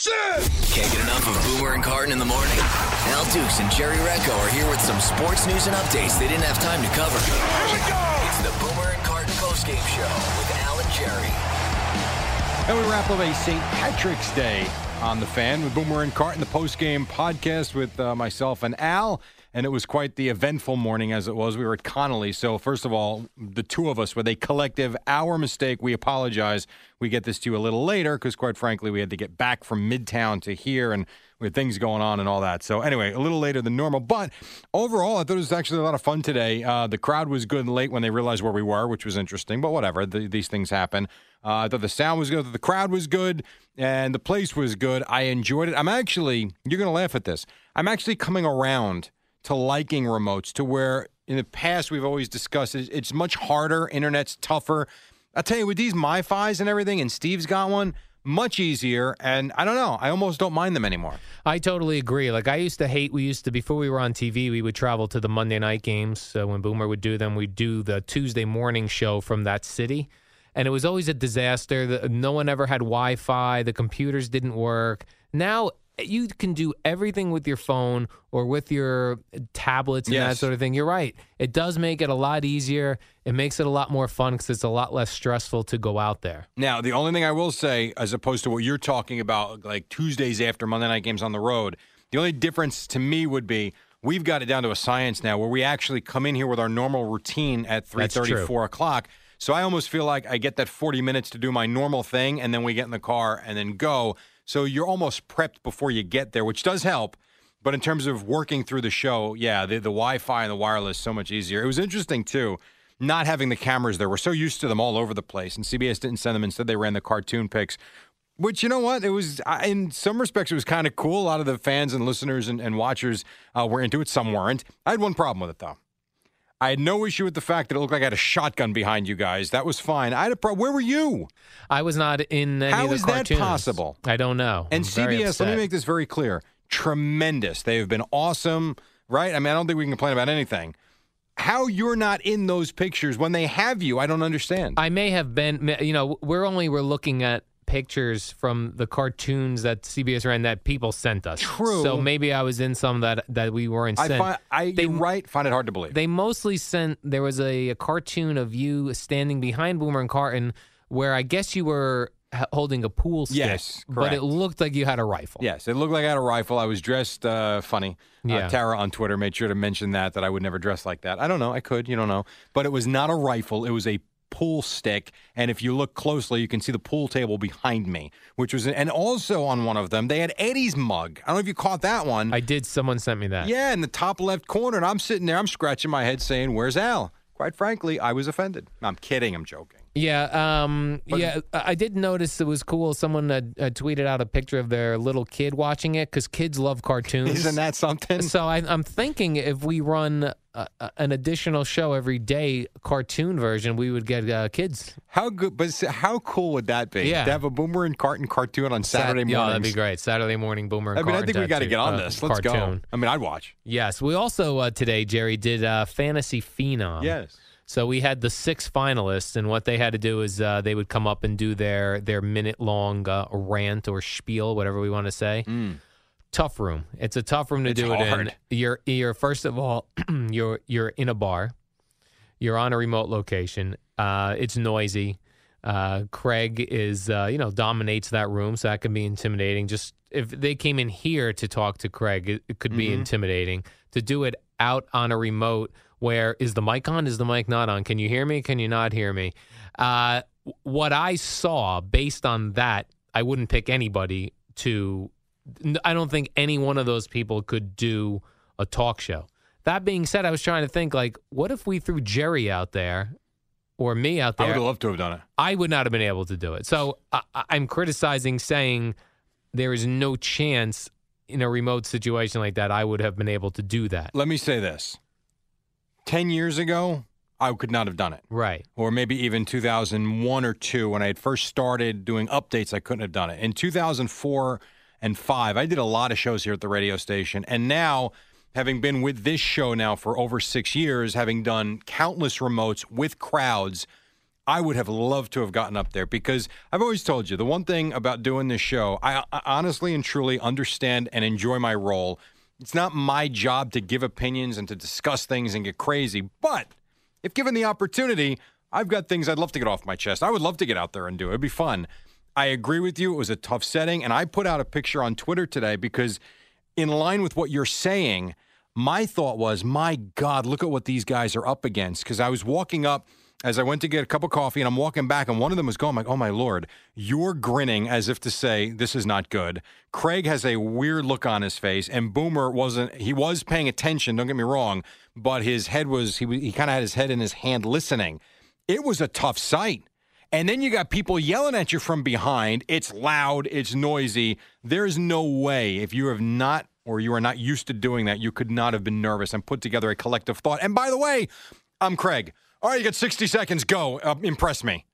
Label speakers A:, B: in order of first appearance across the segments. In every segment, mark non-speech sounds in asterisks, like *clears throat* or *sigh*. A: Can't get enough of Boomer and Carton in the morning. Al Dukes and Jerry Recco are here with some sports news and updates they didn't have time to cover. Here we go! It's the Boomer and Carton postgame show with Al and Jerry.
B: And we wrap up a St. Patrick's Day on the fan with Boomer and Carton, the post-game podcast with uh, myself and Al. And it was quite the eventful morning as it was. We were at Connolly. So, first of all, the two of us with a collective, our mistake. We apologize. We get this to you a little later because, quite frankly, we had to get back from Midtown to here and we had things going on and all that. So, anyway, a little later than normal. But overall, I thought it was actually a lot of fun today. Uh, the crowd was good late when they realized where we were, which was interesting, but whatever. Th these things happen. Uh, I thought the sound was good. The crowd was good, and the place was good. I enjoyed it. I'm actually, you're going to laugh at this. I'm actually coming around to liking remotes to where in the past we've always discussed it, it's much harder. Internet's tougher. I tell you, with these MiFis and everything, and Steve's got one, much easier. And I don't know. I almost don't mind them anymore.
C: I totally agree. Like I used to hate. We used to before we were on TV, we would travel to the Monday night games. So when Boomer would do them, we'd do the Tuesday morning show from that city, and it was always a disaster. The, no one ever had Wi-Fi. The computers didn't work. Now you can do everything with your phone or with your tablets and that
B: Yes.
C: sort of thing. You're right. It does make it a lot easier. It makes it a lot more fun because it's a lot less stressful to go out there.
B: Now, the only thing I will say, as opposed to what you're talking about, like Tuesdays after Monday night games on the road, the only difference to me would be we've got it down to a science now, where we actually come in here with our normal routine at three
C: That's
B: thirty,
C: true.
B: four o'clock. So I almost feel like I get that 40 minutes to do my normal thing, and then we get in the car and then go. So you're almost prepped before you get there, which does help. But in terms of working through the show, yeah, the, the Wi Fi and the wireless so much easier. It was interesting too, not having the cameras there. We're so used to them all over the place, and CBS didn't send them. Instead, they ran the cartoon pics. Which you know what it was I- in some respects it was kind of cool. A lot of the fans and listeners and, and watchers uh, were into it. Some weren't. I had one problem with it though. I had no issue with the fact that it looked like I had a shotgun behind you guys. That was fine. I had a problem. Where were you?
C: I was not in any
B: How
C: of the
B: is that
C: cartoons.
B: possible?
C: I don't know.
B: And
C: I'm very
B: CBS, let me
C: upset.
B: make this very clear. Tremendous. They have been awesome, right? I mean, I don't think we can complain about anything. How you're not in those pictures when they have you, I don't understand.
C: I may have been. You know, we're only we're looking at pictures from the cartoons that CBS ran that people sent us.
B: True.
C: So maybe I was in some that that we weren't
B: I
C: sent.
B: find I
C: They-
B: you're right, find it hard to believe.
C: They mostly sent. There was a, a cartoon of you standing behind Boomer and Carton, where I guess you were h- holding a pool stick.
B: Yes,
C: but
B: correct.
C: it looked like you had a rifle.
B: Yes, it looked like I had a rifle. I was dressed uh, funny. Uh,
C: Yeah.
B: Tara on Twitter made sure to mention that that I would never dress like that. I don't know. I could. You don't know. But it was not a rifle. It was a pool stick. And if you look closely, you can see the pool table behind me, which was and also on one of them they had Eddie's mug. I don't know if you caught that one.
C: I did. Someone sent me that.
B: yeah, in the top left corner. And I'm sitting there. I'm scratching my head, saying, "Where's Al?" Quite frankly, I was offended. I'm kidding. I'm
C: *laughs*
B: joking.
C: Yeah, um, yeah. I I did notice it was cool. Someone uh, uh, tweeted out a picture of their little kid watching it because kids love cartoons.
B: Isn't that something?
C: So I, I'm thinking if we run uh, uh, an additional show every day, cartoon version, we would get uh, kids.
B: How good? But s- how cool would that be?
C: Yeah.
B: To have a Boomer and Carton cartoon on
C: Sat-
B: Saturday morning.
C: Yeah, that'd be great. Saturday morning boomer. And
B: I mean, I
C: Carton
B: think we got to
C: tattoo,
B: get on
C: uh,
B: this. Let's
C: cartoon.
B: go. I mean, I'd watch.
C: Yes, we also uh, today, Jerry did uh, fantasy phenom.
B: yes.
C: So we had the six finalists, and what they had to do is uh, they would come up and do their their minute long uh, rant or spiel, whatever we want to say. Tough room. It's a tough room to
B: Mm. It's
C: do
B: hard.
C: it in. You're you're first of all *clears throat* you're you're in a bar, you're on a remote location. Uh, it's noisy. Uh, Craig is uh, you know dominates that room, so that can be intimidating. Just if they came in here to talk to Craig, it, it could be
B: Mm-hmm.
C: intimidating. To do it out on a remote, where is the mic on? Is the mic not on? Can you hear me? Can you not hear me? Uh, what I saw based on that, I wouldn't pick anybody to. n- I don't think any one of those people could do a talk show. That being said, I was trying to think like, what if we threw Jerry out there or me out
B: I would
C: there?
B: have loved to have done it.
C: I would not have been able to do it. So I, I- I'm criticizing saying there is no chance in a remote situation like that I would have been able to do that.
B: Let me say this 10 years ago, I could not have done it.
C: Right.
B: or maybe even 2001 or 2 when I had first started doing updates I couldn't have done it. In 2004 and 5 I did a lot of shows here at the radio station and now having been with this show now for over 6 years having done countless remotes with crowds I would have loved to have gotten up there because I've always told you the one thing about doing this show, I, I honestly and truly understand and enjoy my role. It's not my job to give opinions and to discuss things and get crazy, but if given the opportunity, I've got things I'd love to get off my chest. I would love to get out there and do it. It'd be fun. I agree with you. It was a tough setting. And I put out a picture on Twitter today because, in line with what you're saying, my thought was, my God, look at what these guys are up against. Because I was walking up as I went to get a cup of coffee and I'm walking back and one of them was gone. I'm like, oh my Lord, you're grinning as if to say, this is not good. Craig has a weird look on his face and Boomer wasn't, he was paying attention, don't get me wrong, but his head was, he, was- he kind of had his head in his hand listening. It was a tough sight. And then you got people yelling at you from behind. It's loud, it's noisy. There's no way if you have not or you are not used to doing that, you could not have been nervous and put together a collective thought. And by the way, I'm Craig. All right, you got 60 seconds. Go. Uh, impress me.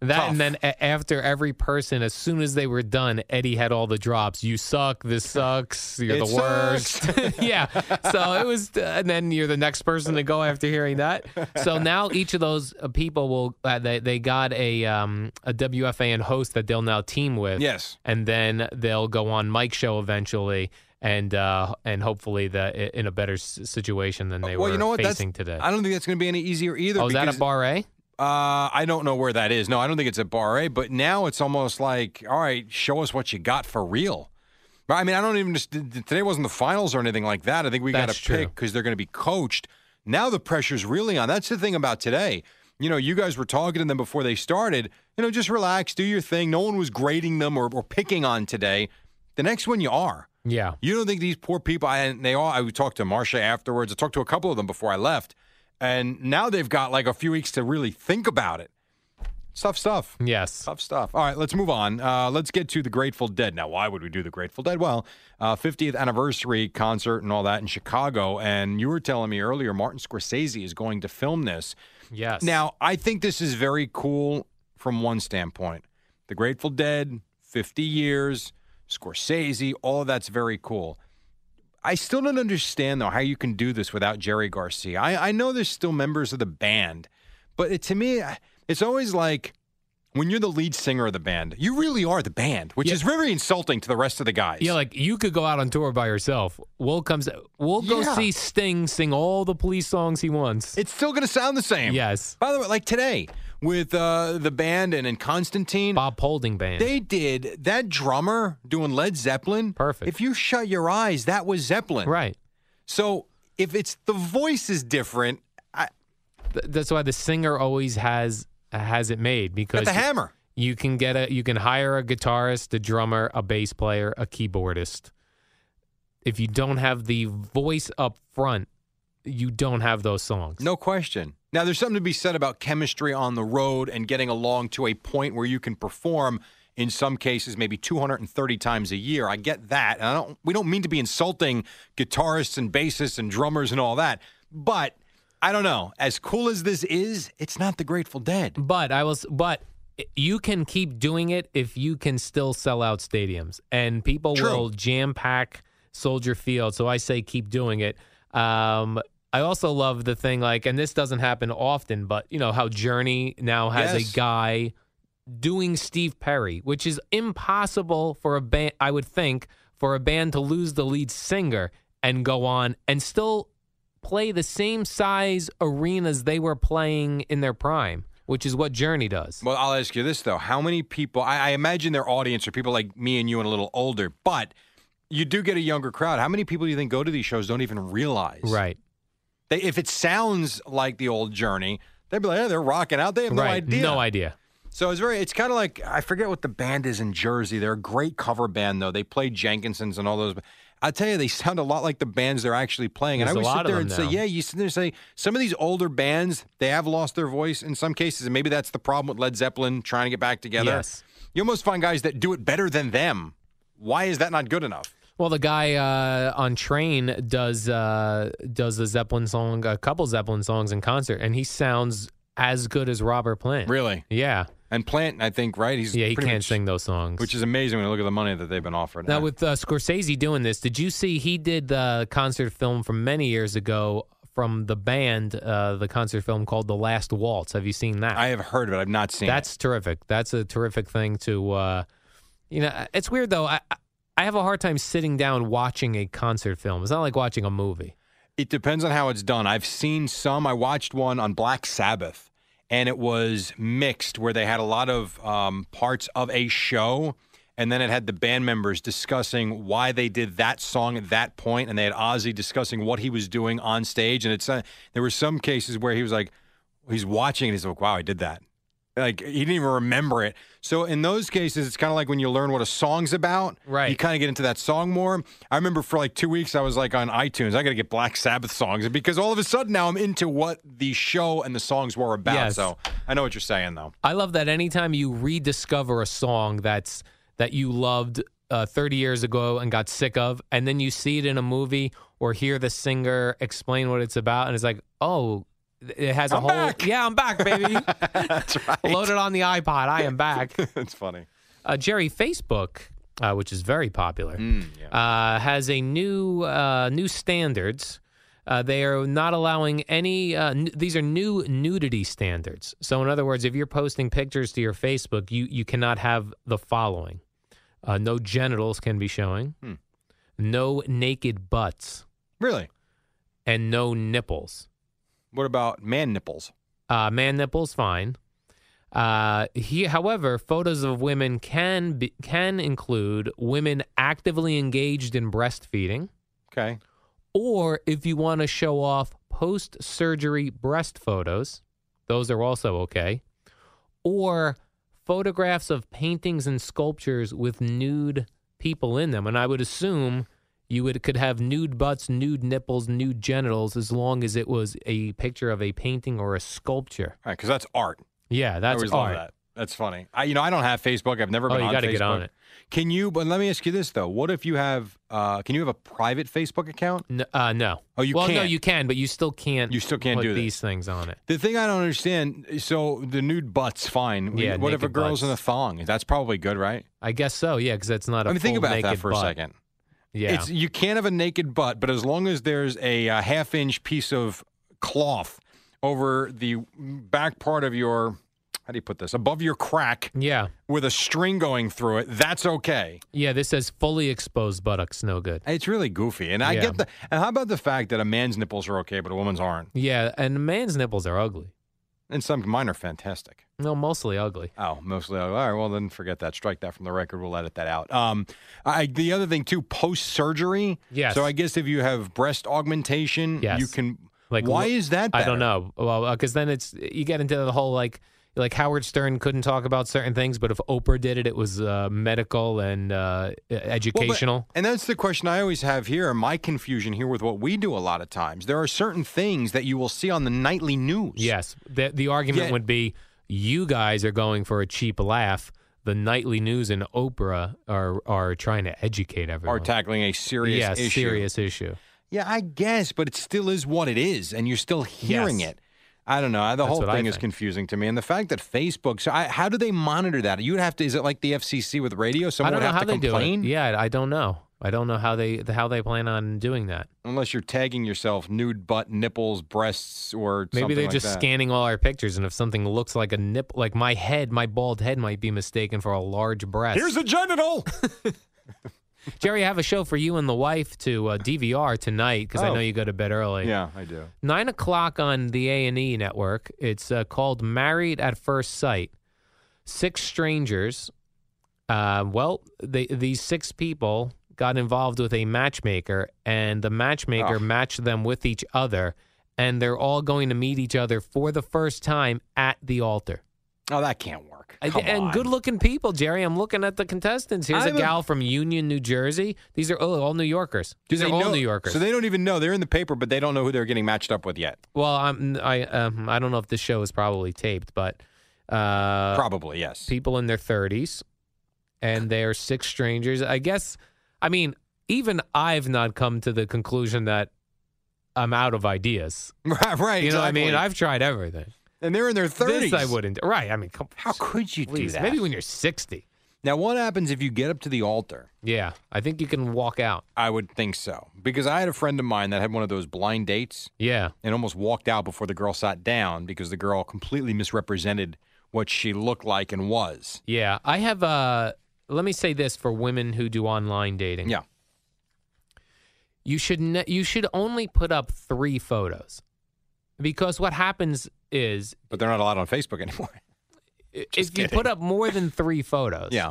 C: That
B: Tough.
C: and then a- after every person, as soon as they were done, Eddie had all the drops. You suck. This sucks. You're
B: It
C: the worst. *laughs* yeah. So it was, uh, and then you're the next person to go after hearing that. So now each of those uh, people will uh, they they got a um, a WFAN host that they'll now team with.
B: Yes.
C: And then they'll go on Mike's show eventually. And uh, and hopefully the in a better s- situation than they
B: well,
C: were
B: you know what? That's,
C: facing today.
B: I don't think that's going to be any easier either.
C: oh, is that a
B: because-
C: bar A?
B: Uh, I don't know where that is. No, I don't think it's at Bar A, but now it's almost like, all right, show us what you got for real. But I mean, I don't even just today wasn't the finals or anything like that. I think we got
C: That's
B: to
C: true.
B: pick because they're going to be coached. Now the pressure's really on. That's the thing about today. You know, you guys were talking to them before they started. You know, just relax, do your thing. No one was grading them or, or picking on today. The next one, you are.
C: Yeah.
B: You don't think these poor people? I, and they all. I talked to Marcia afterwards. I talked to a couple of them before I left, and now they've got like a few weeks to really think about it. Tough stuff.
C: Yes.
B: Tough stuff. All right, let's move on. Uh, let's get to the Grateful Dead. Now, why would we do the Grateful Dead? Well, uh, 50th anniversary concert and all that in Chicago. And you were telling me earlier, Martin Scorsese is going to film this.
C: Yes.
B: Now, I think this is very cool from one standpoint. The Grateful Dead, 50 years, Scorsese, all of that's very cool. I still don't understand, though, how you can do this without Jerry Garcia. I, I know there's still members of the band, but it, to me, I- it's always like when you're the lead singer of the band, you really are the band, which
C: Yeah.
B: is very insulting to the rest of the guys.
C: Yeah, like you could go out on tour by yourself. We'll comes. We'll go
B: Yeah.
C: see Sting sing all the police songs he wants.
B: it's still going to sound the same.
C: Yes.
B: By the way, like today with uh, the band and, and Constantine.
C: Bob Holding band.
B: They did that drummer doing Led Zeppelin.
C: Perfect.
B: If you shut your eyes, that was Zeppelin.
C: right.
B: So if it's the voice is different, I,
C: Th- that's why the singer always has has it made
B: got
C: because
B: the hammer.
C: you can get a you can hire a guitarist, a drummer, a bass player, a keyboardist. If you don't have the voice up front, you don't have those songs.
B: No question. Now there's something to be said about chemistry on the road and getting along to a point where you can perform in some cases maybe 230 times a year. I get that. And I don't we don't mean to be insulting guitarists and bassists and drummers and all that. But I don't know. As cool as this is, it's not the Grateful Dead.
C: But I was, but you can keep doing it if you can still sell out stadiums, and people
B: True.
C: will jam pack Soldier Field. So I say keep doing it. Um, I also love the thing like, and this doesn't happen often, but you know how Journey now has
B: Yes.
C: a guy doing Steve Perry, which is impossible for a band. I would think for a band to lose the lead singer and go on and still play the same size arenas they were playing in their prime, which is what Journey does.
B: Well, I'll ask you this though: How many people? I, I imagine their audience are people like me and you, and a little older. But you do get a younger crowd. How many people do you think go to these shows don't even realize?
C: right.
B: They, if it sounds like the old Journey, they'd be like, "Yeah, they're rocking out." They have no
C: right.
B: idea.
C: No idea.
B: So it's very, it's kind of like, I forget what the band is in Jersey. They're a great cover band, though. They play Jenkinsons and all those. I tell you, they sound a lot like the bands they're actually playing. And
C: There's a
B: I always sit
C: lot of
B: there
C: them
B: and
C: now.
B: say, yeah, you sit there and say, some of these older bands, they have lost their voice in some cases. And maybe that's the problem with Led Zeppelin trying to get back together.
C: Yes.
B: You almost find guys that do it better than them. Why is that not good enough?
C: Well, the guy uh, on train does uh, does a Zeppelin song, a couple Zeppelin songs in concert, and he sounds as good as Robert Plant.
B: Really?
C: Yeah,
B: And Plant, I think, right? He's
C: yeah, he
B: pretty
C: can't
B: much-
C: sing those songs.
B: which is amazing when you look at the money that they've been offered.
C: now with uh, Scorsese doing this, did you see he did the concert film from many years ago from the band, uh, the concert film called The Last Waltz? Have you seen that?
B: I have heard of it. I've not seen it.
C: That's terrific. That's a terrific thing to, uh, you know, it's weird though. I, I- I have a hard time sitting down watching a concert film. It's not like watching a movie.
B: It depends on how it's done. I've seen some. I watched one on Black Sabbath, and it was mixed where they had a lot of um, parts of a show, and then it had the band members discussing why they did that song at that point, and they had Ozzy discussing what he was doing on stage. And it's uh, there were some cases where he was like, he's watching, and he's like, "Wow, I did that." Like he didn't even remember it. So in those cases, it's kind of like when you learn what a song's about.
C: Right.
B: You kind of get into that song more. I remember for like two weeks, I was like on iTunes. I got to get Black Sabbath songs because all of a sudden now I'm into what the show and the songs were about.
C: Yes.
B: So I know what you're saying though. *laughs*
C: I love that anytime you rediscover a song that's that you loved uh, 30 years ago and got sick of, and then you see it in a movie or hear the singer explain what it's about, and it's like, oh, it has a
B: I'm
C: whole.
B: back.
C: Yeah, I'm back, baby.
B: *laughs* That's right.
C: Load it on the iPod. I
B: *laughs*
C: am back.
B: That's funny.
C: uh, Jerry, Facebook, uh, which is very popular,
B: Mm, yeah.
C: uh, has a new uh, new standards. Uh, they are not allowing any. Uh, n- these are new nudity standards. So, in other words, if you're posting pictures to your Facebook, you you cannot have the following: uh, no genitals can be showing,
B: Hmm.
C: no naked butts,
B: Really?
C: and no nipples.
B: What about man nipples?
C: Uh, man nipples, fine. Uh, he, however, photos of women can be, can include women actively engaged in breastfeeding,
B: Okay.
C: or if you want to show off post-surgery breast photos, those are also okay, or photographs of paintings and sculptures with nude people in them. And I would assume you would could have nude butts, nude nipples, nude genitals, as long as it was a picture of a painting or a sculpture.
B: All right, because that's art.
C: Yeah,
B: I
C: that's
B: always
C: art.
B: love that. That's funny. I, you know, I don't have Facebook. I've never
C: Oh,
B: been
C: you
B: on
C: gotta
B: Facebook.
C: get on it.
B: Can you? But let me ask you this though: What if you have? Uh, can you have a private Facebook account?
C: No, uh, no.
B: Oh, you
C: well, no,
B: can't.
C: you can, but you still can't.
B: You still can't
C: put
B: do that.
C: these things on it.
B: The thing I don't understand. So the nude butt's fine.
C: Yeah,
B: What if a
C: naked
B: girl's in a
C: butts.
B: thong? That's probably good, right?
C: I guess so. Yeah, because that's not a.
B: I mean, think
C: full
B: about that
C: naked
B: for
C: butt.
B: a second.
C: Yeah,
B: It's you can't have a naked butt, but as long as there's a, uh half-inch piece of cloth over the back part of your, how do you put this? Above your crack
C: yeah,
B: with a string going through it, that's okay.
C: yeah. This says fully exposed buttocks, no good.
B: It's really goofy, and I
C: Yeah.
B: get the. And how about the fact that a man's nipples are okay, but a woman's aren't?
C: Yeah, and a man's nipples are ugly.
B: And some mine are fantastic.
C: No, mostly ugly.
B: Oh, mostly. All right. Well, then forget that. Strike that from the record. We'll edit that out. Um, I, the other thing too, post surgery.
C: Yes.
B: So I guess if you have breast augmentation,
C: Yes.
B: you can.
C: Like,
B: why
C: lo-
B: is that?
C: I
B: better?
C: don't know. Well, because then it's you get into the whole like like Howard Stern couldn't talk about certain things, but if Oprah did it, it was uh, medical and uh,
B: Well, but-
C: educational.
B: and that's the question I always have here, and my confusion here with what we do a lot of times. There are certain things that you will see on the nightly news.
C: Yes. The, the argument
B: Yeah.
C: would be you guys are going for a cheap laugh. The nightly news and Oprah are are trying to educate everyone.
B: Are tackling a serious
C: yeah,
B: issue.
C: serious issue.
B: Yeah, I guess, but it still is what it is, and you're still hearing
C: Yes.
B: it. I don't know. The
C: That's
B: whole
C: what I
B: thing is
C: think.
B: confusing to me, and the fact that Facebook. So, I, how do they monitor that? You'd have to. Is it like the FCC with radio?
C: I
B: Someone
C: don't
B: would
C: know
B: have
C: how
B: to
C: they
B: complain
C: do it. Yeah, I don't know. I don't know how they how they plan on doing that.
B: unless you're tagging yourself nude butt, nipples, breasts, or
C: Maybe
B: something
C: they're
B: like
C: just
B: that.
C: scanning all our pictures, and if something looks like a nip, like my head, my bald head might be mistaken for a large breast.
B: Here's a genital.
C: Jerry, I have a show for you and the wife to uh, DVR tonight because I
B: Oh.
C: know you go to bed early.
B: yeah, I do.
C: nine o'clock on the A and E network. It's uh, called Married at First Sight. Six strangers. Uh, well, they, these six people got involved with a matchmaker, and the matchmaker
B: Ugh.
C: matched them with each other, and they're all going to meet each other for the first time at the altar.
B: Oh, that can't work. York.
C: And-
B: Come
C: and
B: on.
C: good looking people, Jerry. I'm looking at the contestants. Here's
B: I'm
C: a
B: a-
C: gal from Union, New Jersey. These are oh, all, all New Yorkers.
B: Do
C: These
B: they
C: are all
B: know-
C: New Yorkers.
B: So they don't even know they're in the paper, but they don't know who they're getting matched up with yet.
C: well, I'm, I um, I don't know if this show is probably taped, but uh,
B: Probably yes.
C: people in their 30s, and they are six strangers. I guess. I mean, even I've not come to the conclusion that I'm out of ideas.
B: right, *laughs* right.
C: You know what I mean?
B: exactly.
C: I've tried everything.
B: and they're in their thirties.
C: This I wouldn't. Right? I mean, come,
B: How could you do
C: please,
B: that?
C: Maybe when you're 60.
B: now, what happens if you get up to the altar?
C: Yeah, I think you can walk out.
B: I would think so because I had a friend of mine that had one of those blind dates
C: Yeah.
B: and almost walked out before the girl sat down because the girl completely misrepresented what she looked like and was.
C: Yeah, I have. Uh, let me say this for women who do online dating.
B: Yeah.
C: you should ne- you should only put up three photos, because what happens is
B: But they're not allowed on Facebook
C: *laughs*
B: anymore.
C: i-
B: Just
C: if
B: kidding.
C: you put up more than three photos,
B: yeah.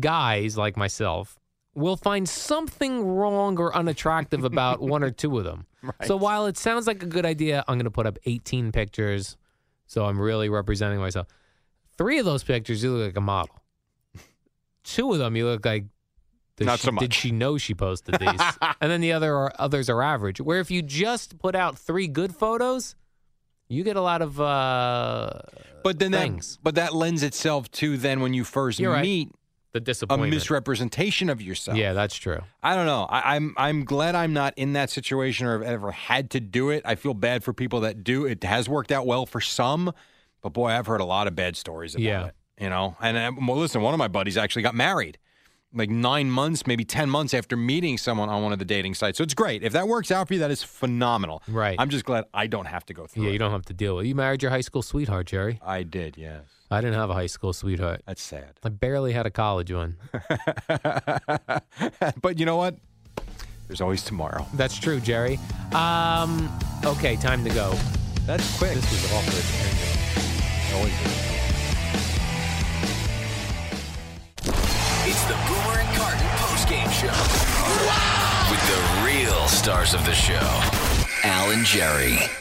C: guys like myself will find something wrong or unattractive about one or two
B: *laughs*
C: of them. So while it sounds like a good idea, I'm going to put up 18 pictures, so I'm really representing myself. Three of those pictures, you look like a model. Two of them, you look like. does
B: Not
C: she-
B: so much.
C: Did she know she posted
B: *laughs*
C: these? and then the other are, others are average. Where if you just put out three good photos, you get a lot of. Uh,
B: But then that,
C: Things.
B: but that lends itself to then when you 1st
C: You're right.
B: meet
C: the
B: a
C: disappointment.
B: misrepresentation of yourself.
C: Yeah, that's true.
B: I don't know. I, I'm I'm glad I'm not in that situation or have ever had to do it. I feel bad for people that do. It has worked out well for some, but boy, I've heard a lot of bad stories about
C: Yeah.
B: it. You know, and uh, well, listen, one of my buddies actually got married, like nine months, maybe ten months after meeting someone on one of the dating sites. So it's great if that works out for you. That is phenomenal.
C: Right.
B: I'm just glad I don't have to go through.
C: Yeah,
B: it.
C: you don't have to deal with. it. You married your high school sweetheart, Jerry.
B: I did. Yes.
C: I didn't have a high school sweetheart.
B: That's sad.
C: I barely had a college one.
B: *laughs* but you know what? There's always tomorrow.
C: That's true, Jerry. Um, okay, time to go.
B: That's quick.
C: This was awkward.
B: Always is.
A: It's the Boomer and Carton postgame show. With the real stars of the show, Al and Jerry.